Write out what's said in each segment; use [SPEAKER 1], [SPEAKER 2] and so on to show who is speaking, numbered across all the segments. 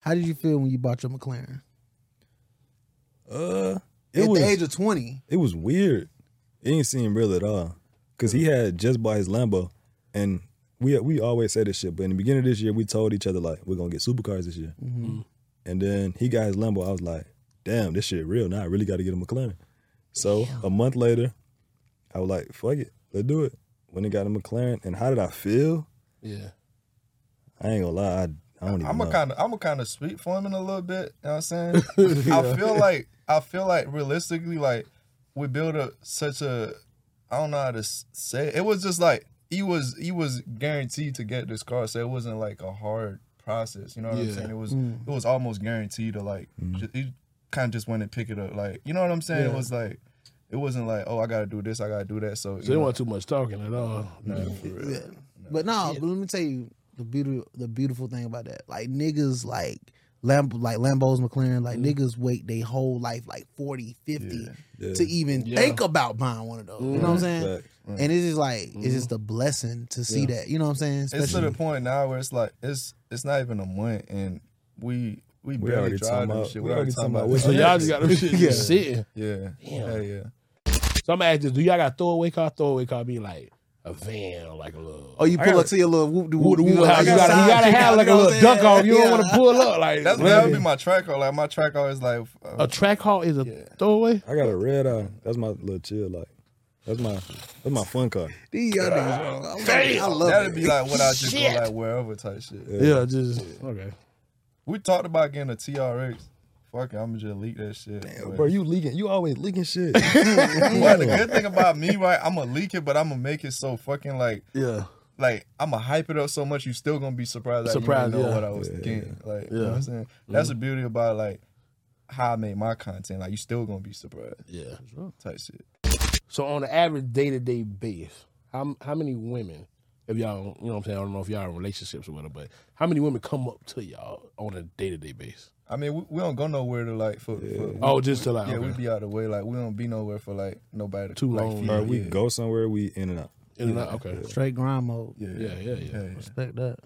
[SPEAKER 1] How did you feel when you bought your McLaren?
[SPEAKER 2] Uh, it
[SPEAKER 1] At
[SPEAKER 2] was
[SPEAKER 1] the age of twenty.
[SPEAKER 2] it was weird. It didn't seem real at all. Cause he had just bought his Lambo, and we we always say this shit. But in the beginning of this year, we told each other like we're gonna get supercars this year.
[SPEAKER 3] Mm-hmm.
[SPEAKER 1] Mm-hmm.
[SPEAKER 2] And then he got his Lambo. I was like, damn, this shit real. Now I really got to get a McLaren. So a month later, I was like, fuck it, let's do it. When he got a McLaren, and how did I feel?
[SPEAKER 4] Yeah.
[SPEAKER 2] I ain't gonna lie, I, I don't even
[SPEAKER 3] I'm
[SPEAKER 2] know.
[SPEAKER 3] a kind of I'm a kind of sweet for him in a little bit. You know what I'm saying? I feel like I feel like realistically, like we built up such a I don't know how to s- say it. it was just like he was he was guaranteed to get this car, so it wasn't like a hard process. You know what I'm
[SPEAKER 4] Yeah.
[SPEAKER 3] saying? It was it was almost guaranteed to like ju- he kind of just went and pick it up. Like you know what I'm saying? It
[SPEAKER 1] Yeah.
[SPEAKER 3] was like it wasn't like oh I gotta do this, I gotta do that. So, you
[SPEAKER 4] So they
[SPEAKER 3] know,
[SPEAKER 4] want too much talking at all.
[SPEAKER 3] nah, for real.
[SPEAKER 1] Yeah. But no, but let me tell you the beautiful the beautiful thing about that. Like niggas like Lam- like Lambos McLaren, like niggas wait they whole life like 40, 50
[SPEAKER 3] Yeah.
[SPEAKER 2] Yeah.
[SPEAKER 1] to even
[SPEAKER 4] Yeah.
[SPEAKER 1] think about buying one of those. You know what I'm saying?
[SPEAKER 2] Fact.
[SPEAKER 1] And it's just like it's just a blessing to see that. You know what I'm saying?
[SPEAKER 3] it's to
[SPEAKER 1] Especially
[SPEAKER 3] the point now where it's like it's it's not even a month and we we barely
[SPEAKER 2] already talking
[SPEAKER 3] drive this
[SPEAKER 2] about-
[SPEAKER 3] shit.
[SPEAKER 2] we already talking about what's
[SPEAKER 4] So
[SPEAKER 2] Oh,
[SPEAKER 4] y'all
[SPEAKER 2] yeah.
[SPEAKER 4] just got them shit just
[SPEAKER 1] Yeah.
[SPEAKER 4] sitting.
[SPEAKER 3] yeah, yeah, yeah.
[SPEAKER 4] So I'm gonna ask this: Do y'all got throwaway car? Throwaway car be like a van or like a little.
[SPEAKER 1] Oh, you
[SPEAKER 2] I
[SPEAKER 1] pull
[SPEAKER 2] gotta-
[SPEAKER 1] up to your little whoop de
[SPEAKER 4] Woo
[SPEAKER 1] whoop.
[SPEAKER 4] the woo house. You gotta, you gotta have like a little duck off. You don't want to pull up. Like
[SPEAKER 3] That's
[SPEAKER 4] let
[SPEAKER 3] that
[SPEAKER 4] me-
[SPEAKER 3] would be my track car. Like my track car is like uh,
[SPEAKER 4] a track hall is a throwaway.
[SPEAKER 2] I got a red eye. That's my little chill. Like that's my that's my fun car.
[SPEAKER 1] These young niggas. I love
[SPEAKER 3] that'd
[SPEAKER 1] it.
[SPEAKER 3] be like what I just
[SPEAKER 4] Shit.
[SPEAKER 3] go like wherever type shit.
[SPEAKER 4] Yeah, just okay.
[SPEAKER 3] We talked about getting a TRX. Fuck it, I'm just leak that shit. but-
[SPEAKER 2] Bro, you leaking. You always leaking shit.
[SPEAKER 3] Well, the good thing about me, right? I'm gonna leak it, but I'm gonna make it so fucking like
[SPEAKER 4] Yeah,
[SPEAKER 3] like I'm gonna hype it up so much, you still gonna be surprised. Like,
[SPEAKER 4] Surprised,
[SPEAKER 3] you didn't know
[SPEAKER 4] yeah.
[SPEAKER 3] what I was
[SPEAKER 2] Yeah,
[SPEAKER 3] getting. Like, you
[SPEAKER 4] Yeah.
[SPEAKER 3] know what I'm saying? That's the beauty about like how I made my content. Like, you still gonna be surprised.
[SPEAKER 4] yeah.
[SPEAKER 3] Type shit.
[SPEAKER 4] So on the average day to day basis, how how many women? If y'all, you know what I'm saying, I don't know if y'all in relationships or whatever, but how many women come up to y'all on a day to day basis?
[SPEAKER 3] I mean, we, we don't go nowhere to like for. for
[SPEAKER 4] Oh, just to like,
[SPEAKER 3] yeah, we
[SPEAKER 4] okay.
[SPEAKER 3] be out of the way. Like, we don't be nowhere for like nobody to
[SPEAKER 4] Too
[SPEAKER 3] like,
[SPEAKER 4] long,
[SPEAKER 3] feed
[SPEAKER 2] Bro,
[SPEAKER 3] you.
[SPEAKER 2] we
[SPEAKER 3] Yeah.
[SPEAKER 2] go somewhere, we in and out.
[SPEAKER 4] In and out, okay.
[SPEAKER 1] straight grind mode.
[SPEAKER 4] Yeah, yeah, yeah.
[SPEAKER 3] Yeah, yeah.
[SPEAKER 1] Respect that.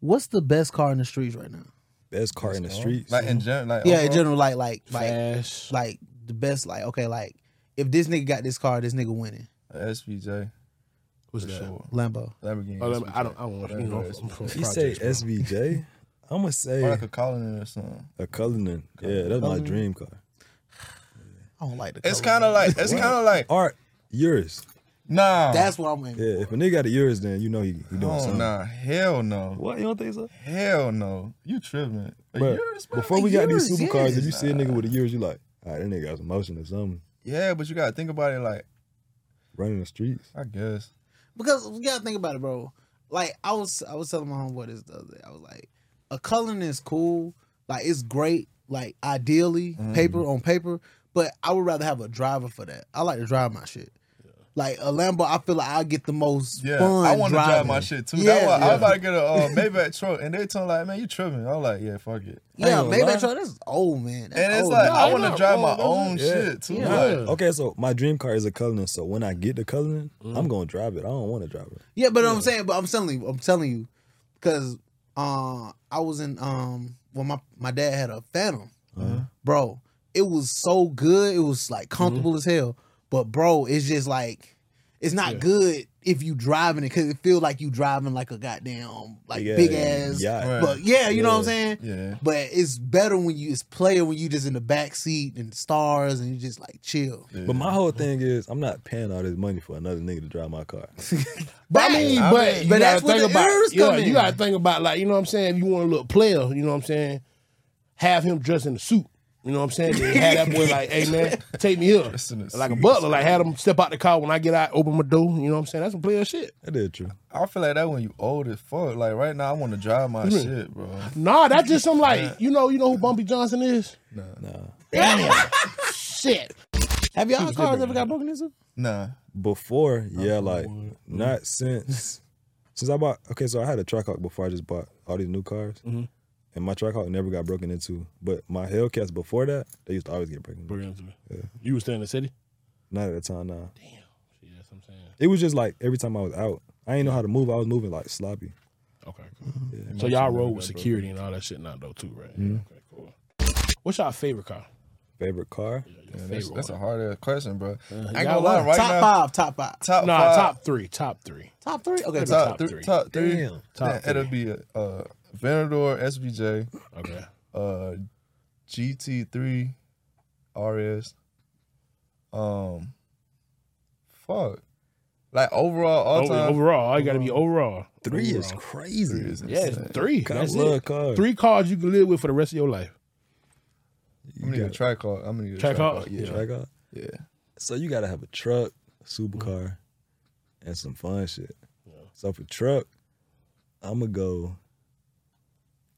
[SPEAKER 1] What's the best car in the streets right now?
[SPEAKER 2] Best car in the streets.
[SPEAKER 3] Like in general, like
[SPEAKER 1] Yeah, in
[SPEAKER 3] overall-
[SPEAKER 1] general, like like like
[SPEAKER 4] Fast.
[SPEAKER 1] like the best. Like okay, like if this nigga got this car, this nigga winning.
[SPEAKER 3] SVJ
[SPEAKER 4] What's
[SPEAKER 3] for
[SPEAKER 4] that?
[SPEAKER 3] sure.
[SPEAKER 1] Lambo.
[SPEAKER 3] Lamborghini.
[SPEAKER 4] Oh, let me-
[SPEAKER 3] SVJ.
[SPEAKER 4] I don't. I don't want to. You know,
[SPEAKER 3] That's
[SPEAKER 4] I'm from
[SPEAKER 2] you say
[SPEAKER 4] projects, bro.
[SPEAKER 2] SVJ? I'm gonna
[SPEAKER 3] Or
[SPEAKER 2] say
[SPEAKER 3] like a Cullinan or something.
[SPEAKER 2] a Cullinan. Yeah, that's my dream car.
[SPEAKER 1] I don't like the.
[SPEAKER 3] It's
[SPEAKER 1] color,
[SPEAKER 3] kind of like it's kind of like
[SPEAKER 2] Art yours.
[SPEAKER 3] nah.
[SPEAKER 1] man. That's what I'm aiming.
[SPEAKER 2] Yeah, if a nigga got a yours, then you know he, he doing
[SPEAKER 3] oh,
[SPEAKER 2] something.
[SPEAKER 3] nah. Hell no.
[SPEAKER 2] What you don't think so?
[SPEAKER 3] Hell no. You tripping? A
[SPEAKER 2] Bro,
[SPEAKER 3] yours, bro?
[SPEAKER 2] before we got
[SPEAKER 1] yours,
[SPEAKER 2] these supercars, if you
[SPEAKER 1] yes.
[SPEAKER 2] see a nigga with a yours, you like, all right, that nigga got some motion or something.
[SPEAKER 3] Yeah, but you gotta think about it like
[SPEAKER 2] Running the streets.
[SPEAKER 3] I guess.
[SPEAKER 1] Because we gotta think about it, bro. Like I was, I was telling my homeboy this the other day. I was like, a Cullen is cool. Like it's great. Like ideally, paper on paper. But I would rather have a driver for that. I like to drive my shit. Like a Lambo, I feel like I get the most
[SPEAKER 3] Yeah,
[SPEAKER 1] fun.
[SPEAKER 3] I want to drive
[SPEAKER 1] driving.
[SPEAKER 3] my shit too.
[SPEAKER 1] Yeah,
[SPEAKER 3] That's why I
[SPEAKER 1] yeah.
[SPEAKER 3] was about to get a uh, Maybach truck, and they told me like, "Man, you tripping?" I'm like, "Yeah, fuck it."
[SPEAKER 1] Yeah,
[SPEAKER 2] gonna
[SPEAKER 1] maybe
[SPEAKER 2] lie.
[SPEAKER 1] that's that's old man. That's
[SPEAKER 3] And it's
[SPEAKER 1] old,
[SPEAKER 3] like
[SPEAKER 1] man.
[SPEAKER 3] I
[SPEAKER 4] why
[SPEAKER 3] want to
[SPEAKER 4] Oh, not?
[SPEAKER 3] drive my
[SPEAKER 4] Well,
[SPEAKER 3] own
[SPEAKER 2] yeah.
[SPEAKER 3] shit too.
[SPEAKER 4] Yeah.
[SPEAKER 3] Like,
[SPEAKER 2] Okay, so my dream car is a Cullinan. So when I get the Cullinan,
[SPEAKER 3] Mm.
[SPEAKER 2] I'm gonna drive it. I don't want to drive it.
[SPEAKER 1] Yeah, but I'm saying, but I'm telling you, I'm telling you, because uh, I was in um when my my dad had a Phantom, bro. It was so good. It was like comfortable as hell. But bro, it's just like it's not good if you driving it because it feel like you driving like a goddamn like
[SPEAKER 2] Yeah,
[SPEAKER 1] big ass.
[SPEAKER 2] yacht.
[SPEAKER 3] Right.
[SPEAKER 1] But yeah, you know what I'm
[SPEAKER 2] Yeah.
[SPEAKER 1] saying.
[SPEAKER 3] Yeah.
[SPEAKER 1] But it's better when you it's player when you just in the back seat and stars and you just like chill.
[SPEAKER 2] But my whole thing is, I'm not paying all this money for another nigga to drive my car.
[SPEAKER 4] But I mean,
[SPEAKER 3] I
[SPEAKER 4] but,
[SPEAKER 3] mean,
[SPEAKER 4] you
[SPEAKER 1] but that's
[SPEAKER 4] gotta
[SPEAKER 1] where
[SPEAKER 4] think
[SPEAKER 1] the errors
[SPEAKER 4] about you, know,
[SPEAKER 1] come
[SPEAKER 4] you
[SPEAKER 1] in.
[SPEAKER 4] gotta think about like you know what I'm saying. If you want a little player, you know what I'm saying. Have him dressed in a suit. You know what I'm saying? Then have that boy like, hey man, take me here.
[SPEAKER 3] in a
[SPEAKER 4] Like a
[SPEAKER 3] suit.
[SPEAKER 4] butler, like have him step out the car when I get out, open my door. You know what I'm saying? That's some player shit.
[SPEAKER 2] That is true.
[SPEAKER 3] I feel like that when you old as fuck. Like right now, I want to drive my shit, bro.
[SPEAKER 4] Nah, that's just some like you know you know who Bumpy Johnson is. Nah, damn, shit.
[SPEAKER 1] Have y'all cars ever got broken into?
[SPEAKER 3] Nah,
[SPEAKER 2] Before, yeah, like not since since I bought. Okay, so I had a Trackhawk before I just bought all these new cars, and my Trackhawk never got broken into. But my Hellcats before that, they used to always get broken. into.
[SPEAKER 4] You was still in the city.
[SPEAKER 2] Not at the time, nah.
[SPEAKER 4] Yeah, that's what I'm saying.
[SPEAKER 2] It was just like every time I was out, I didn't know how to move. I was moving like sloppy.
[SPEAKER 4] Okay, cool. so y'all roll with security and all that shit now though too, right? Yeah, okay, cool. What's your favorite car?
[SPEAKER 2] Favorite car?
[SPEAKER 4] Your
[SPEAKER 3] That's,
[SPEAKER 4] favorite
[SPEAKER 3] that's a
[SPEAKER 4] one.
[SPEAKER 3] hard ass question, bro. I ain't
[SPEAKER 4] Uh, y'all
[SPEAKER 3] gonna lie,
[SPEAKER 4] wanna-
[SPEAKER 3] right
[SPEAKER 1] top
[SPEAKER 3] now,
[SPEAKER 1] five, top five,
[SPEAKER 3] top
[SPEAKER 4] nah,
[SPEAKER 3] five,
[SPEAKER 4] top three, top three.
[SPEAKER 1] top three. Okay,
[SPEAKER 4] Top
[SPEAKER 3] top,
[SPEAKER 1] top.
[SPEAKER 3] three,
[SPEAKER 4] three.
[SPEAKER 3] top three.
[SPEAKER 2] Damn.
[SPEAKER 3] Then
[SPEAKER 4] Top
[SPEAKER 3] it'll
[SPEAKER 4] three.
[SPEAKER 3] be a uh, Venador SVJ,
[SPEAKER 4] Okay.
[SPEAKER 3] uh, GT3 RS. Um, fuck. Like overall, all
[SPEAKER 4] Over-
[SPEAKER 3] time.
[SPEAKER 4] overall, I got to be overall.
[SPEAKER 2] Three is
[SPEAKER 4] Overall.
[SPEAKER 2] crazy.
[SPEAKER 3] is
[SPEAKER 4] yeah, it's
[SPEAKER 3] insane.
[SPEAKER 4] three.
[SPEAKER 2] God, I
[SPEAKER 4] That's
[SPEAKER 2] love
[SPEAKER 4] it.
[SPEAKER 2] cars.
[SPEAKER 4] Three cars you can live with for the rest of your life.
[SPEAKER 3] I'm gonna need a tri card. I'm gonna need a tri
[SPEAKER 4] Tri-card?
[SPEAKER 3] card. Yeah,
[SPEAKER 2] Should I go?
[SPEAKER 3] yeah.
[SPEAKER 2] So you gotta have a truck, a supercar, and some fun shit. So for truck, I'ma go.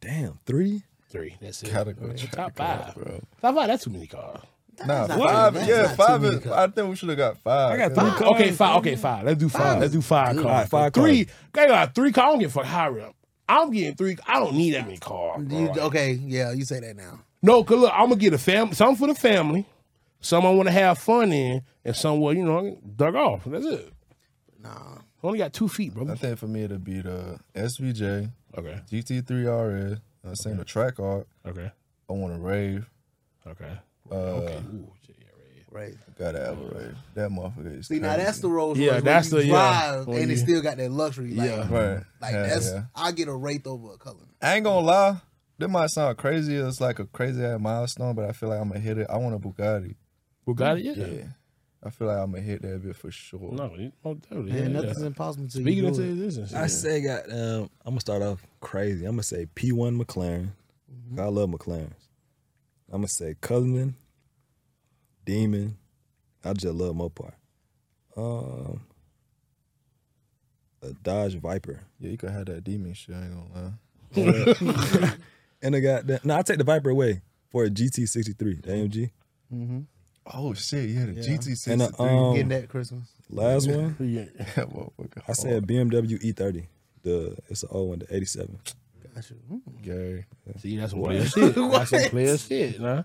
[SPEAKER 2] Damn, three?
[SPEAKER 4] Three. That's it.
[SPEAKER 3] Gotta go
[SPEAKER 4] Well, top
[SPEAKER 3] tri-card,
[SPEAKER 4] five.
[SPEAKER 3] bro.
[SPEAKER 4] Top five. That's too many cars.
[SPEAKER 3] Nah,
[SPEAKER 1] not
[SPEAKER 3] five.
[SPEAKER 1] too many.
[SPEAKER 3] yeah,
[SPEAKER 1] That's not
[SPEAKER 3] five
[SPEAKER 1] too many
[SPEAKER 3] is. I think we should have got five.
[SPEAKER 2] I got
[SPEAKER 3] Yeah.
[SPEAKER 2] three cars.
[SPEAKER 4] Okay, five. Okay, five. Let's do five. Let's do five cars.
[SPEAKER 2] Alright, five
[SPEAKER 4] three. I got three cars. I don't give a fuck how real. I'm getting three. I don't need that many cars.
[SPEAKER 1] Do you-
[SPEAKER 4] bro.
[SPEAKER 1] okay, yeah, you say that now.
[SPEAKER 4] No, cause look, I'm gonna get a fam some for the family, some I want to have fun in, and some well, you know, dug off. That's it.
[SPEAKER 1] Nah,
[SPEAKER 4] I only got two feet, bro.
[SPEAKER 3] I think for me it'll be the SVJ,
[SPEAKER 4] Okay,
[SPEAKER 3] GT3 RS. I'm saying the track art.
[SPEAKER 4] okay,
[SPEAKER 3] I want to rave.
[SPEAKER 4] okay.
[SPEAKER 3] Uh,
[SPEAKER 4] Okay. Ooh, shit, yeah, right.
[SPEAKER 1] right.
[SPEAKER 3] Gotta have a rave. That motherfucker is.
[SPEAKER 1] See, now
[SPEAKER 3] crazy.
[SPEAKER 1] that's the Rolls
[SPEAKER 4] Yeah,
[SPEAKER 1] Royce.
[SPEAKER 4] that's
[SPEAKER 1] where
[SPEAKER 4] the-
[SPEAKER 1] you
[SPEAKER 4] yeah,
[SPEAKER 1] drive,
[SPEAKER 4] when
[SPEAKER 1] and
[SPEAKER 4] you-
[SPEAKER 1] it still got that luxury. Like,
[SPEAKER 4] Yeah.
[SPEAKER 3] right.
[SPEAKER 1] like
[SPEAKER 3] Hell
[SPEAKER 1] that's
[SPEAKER 3] yeah.
[SPEAKER 1] I get a wraith over a color.
[SPEAKER 3] I ain't gonna lie. That might sound crazy. It's like a crazy ass milestone, but I feel like I'm gonna hit it. I want a Bugatti.
[SPEAKER 4] Bugatti, yeah.
[SPEAKER 3] I feel like I'm gonna hit that bit for sure.
[SPEAKER 4] No, it- oh, totally, yeah, yeah.
[SPEAKER 1] impossible to
[SPEAKER 4] Speaking into existence,
[SPEAKER 2] I say got um I'm gonna start off crazy. I'm gonna say P one McLaren.
[SPEAKER 1] Mm-hmm.
[SPEAKER 2] I love McLarens. I'm gonna say Cousin, Demon. I just love Mopar. Um a Dodge Viper.
[SPEAKER 3] Yeah, you could have that demon shit. I ain't gonna lie.
[SPEAKER 2] And I got that. No, I take the Viper away for a GT63, the AMG.
[SPEAKER 3] Oh shit! Yeah, the GT63.
[SPEAKER 2] And a, um,
[SPEAKER 1] Getting
[SPEAKER 4] Oh.
[SPEAKER 1] that Christmas.
[SPEAKER 2] last one,
[SPEAKER 4] yeah.
[SPEAKER 3] that motherfucker.
[SPEAKER 2] I
[SPEAKER 1] Oh.
[SPEAKER 2] say a BMW E30. E The it's an old one, the 87.
[SPEAKER 1] Gotcha. Mm.
[SPEAKER 3] Gary.
[SPEAKER 4] See, that's some player shit. That's some player shit, nah.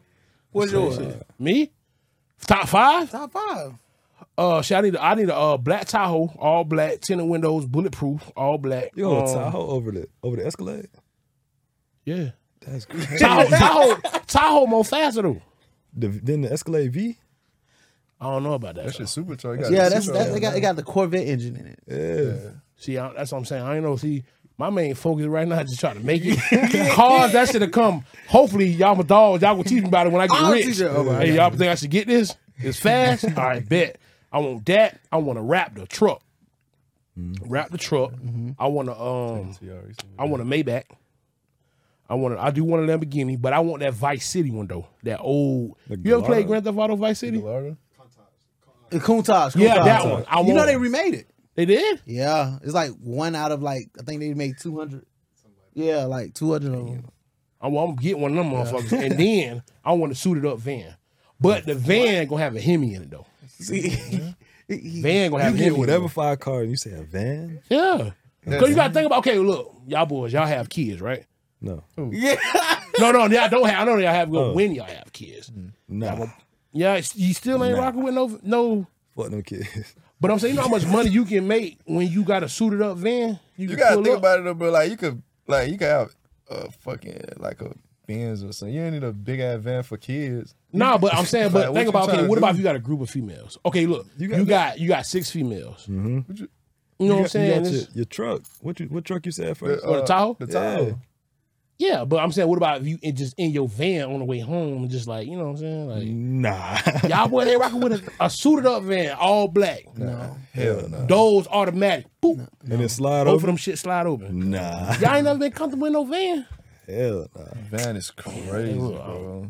[SPEAKER 1] What's yours?
[SPEAKER 4] Me, top five.
[SPEAKER 1] Top five.
[SPEAKER 4] Uh, shit, I need a, I need a uh, black Tahoe, all black, tinted windows, bulletproof, all black.
[SPEAKER 2] You go
[SPEAKER 1] Oh.
[SPEAKER 4] Um,
[SPEAKER 2] Tahoe over the over the Escalade?
[SPEAKER 4] Yeah,
[SPEAKER 2] That's crazy.
[SPEAKER 4] Tahoe, Tahoe, Tahoe, more faster though.
[SPEAKER 2] the, then the Escalade V.
[SPEAKER 4] I don't know about that.
[SPEAKER 3] That shit
[SPEAKER 4] though.
[SPEAKER 3] supercharged. You got
[SPEAKER 1] Yeah,
[SPEAKER 3] the
[SPEAKER 1] that's,
[SPEAKER 3] supercharged
[SPEAKER 1] that's it
[SPEAKER 3] one,
[SPEAKER 1] got it
[SPEAKER 3] man.
[SPEAKER 1] got the Corvette engine in it.
[SPEAKER 2] Yeah.
[SPEAKER 4] See, I, that's what I'm saying. I ain't know. See, my main focus right now is just trying to make it. Cars, that shit to come. Hopefully, y'all my dogs. Y'all gonna teach me about it when I get
[SPEAKER 1] I'll
[SPEAKER 4] rich.
[SPEAKER 1] teach you. Oh, my
[SPEAKER 4] hey, y'all think I should get this? It's fast. All right, bet. I want that. I want to wrap the truck. Wrap the truck. I want to um.
[SPEAKER 3] TRX.
[SPEAKER 4] I want a Maybach. I want. A, I do want a Lamborghini, but I want that Vice City one though. That old.
[SPEAKER 2] The
[SPEAKER 4] you ever played
[SPEAKER 2] Gallardo.
[SPEAKER 4] Grand Theft Auto Vice City?
[SPEAKER 3] Gallardo?
[SPEAKER 1] The Countach. Countach.
[SPEAKER 4] Yeah, that one. I
[SPEAKER 1] you know
[SPEAKER 4] want
[SPEAKER 1] they
[SPEAKER 4] one.
[SPEAKER 1] remade it.
[SPEAKER 4] They did.
[SPEAKER 1] Yeah, it's like one out of like I think they made two hundred. Yeah, like two hundred of them.
[SPEAKER 4] I'm, I'm gonna get one of them motherfuckers, and then I want a suited up van. But the van gonna have a Hemi in it though.
[SPEAKER 1] See, he- he-
[SPEAKER 4] Van gonna have
[SPEAKER 2] You
[SPEAKER 4] a Hemi.
[SPEAKER 2] get
[SPEAKER 4] in
[SPEAKER 2] whatever
[SPEAKER 4] it.
[SPEAKER 2] five cars and you say a van?
[SPEAKER 4] Yeah. Cause you gotta think about. Okay, look, y'all boys, y'all have kids, right?
[SPEAKER 2] No.
[SPEAKER 1] yeah,
[SPEAKER 4] No, no, y'all don't have. I know y'all have.
[SPEAKER 2] Oh.
[SPEAKER 4] When y'all have kids,
[SPEAKER 2] Nah.
[SPEAKER 4] yeah, you still ain't
[SPEAKER 2] Nah.
[SPEAKER 4] rocking with no no.
[SPEAKER 2] Fuck them kids.
[SPEAKER 4] But I'm saying, you know how much money you can make when you got a suited up van.
[SPEAKER 3] You
[SPEAKER 4] can
[SPEAKER 3] gotta
[SPEAKER 4] pull
[SPEAKER 3] think
[SPEAKER 4] up.
[SPEAKER 3] about it, though, bro. Like you could, like you could have a fucking like a Benz or something. You don't need a big ass van for kids.
[SPEAKER 4] Nah, but I'm saying,
[SPEAKER 3] Like,
[SPEAKER 4] but
[SPEAKER 3] what
[SPEAKER 4] think
[SPEAKER 3] you
[SPEAKER 4] about okay,
[SPEAKER 3] tryna
[SPEAKER 4] what about
[SPEAKER 3] do?
[SPEAKER 4] if you got a group of females? Okay, look, you got you got, six females.
[SPEAKER 3] What you-
[SPEAKER 4] You know
[SPEAKER 2] You
[SPEAKER 4] what I'm
[SPEAKER 2] got- you got
[SPEAKER 4] saying? Uh,
[SPEAKER 2] your,
[SPEAKER 4] It's-
[SPEAKER 2] your truck. What you, what truck you said first?
[SPEAKER 4] What, a Tahoe?
[SPEAKER 3] The Tahoe.
[SPEAKER 2] Yeah.
[SPEAKER 4] Yeah, but I'm saying, what about if you in just in your van on the way home, and just like you know what I'm saying?
[SPEAKER 2] Mm.
[SPEAKER 4] Like
[SPEAKER 2] Nah.
[SPEAKER 4] y'all boy, they rocking with a, a suited up van, all black,
[SPEAKER 1] no,
[SPEAKER 3] Hell no.
[SPEAKER 4] doors automatic, boop,
[SPEAKER 2] and then slide
[SPEAKER 4] both of
[SPEAKER 2] over.
[SPEAKER 4] them shit slide open.
[SPEAKER 2] Nah.
[SPEAKER 4] Y'all ain't never been comfortable in no van.
[SPEAKER 2] Hell nah.
[SPEAKER 3] Van is crazy, bro.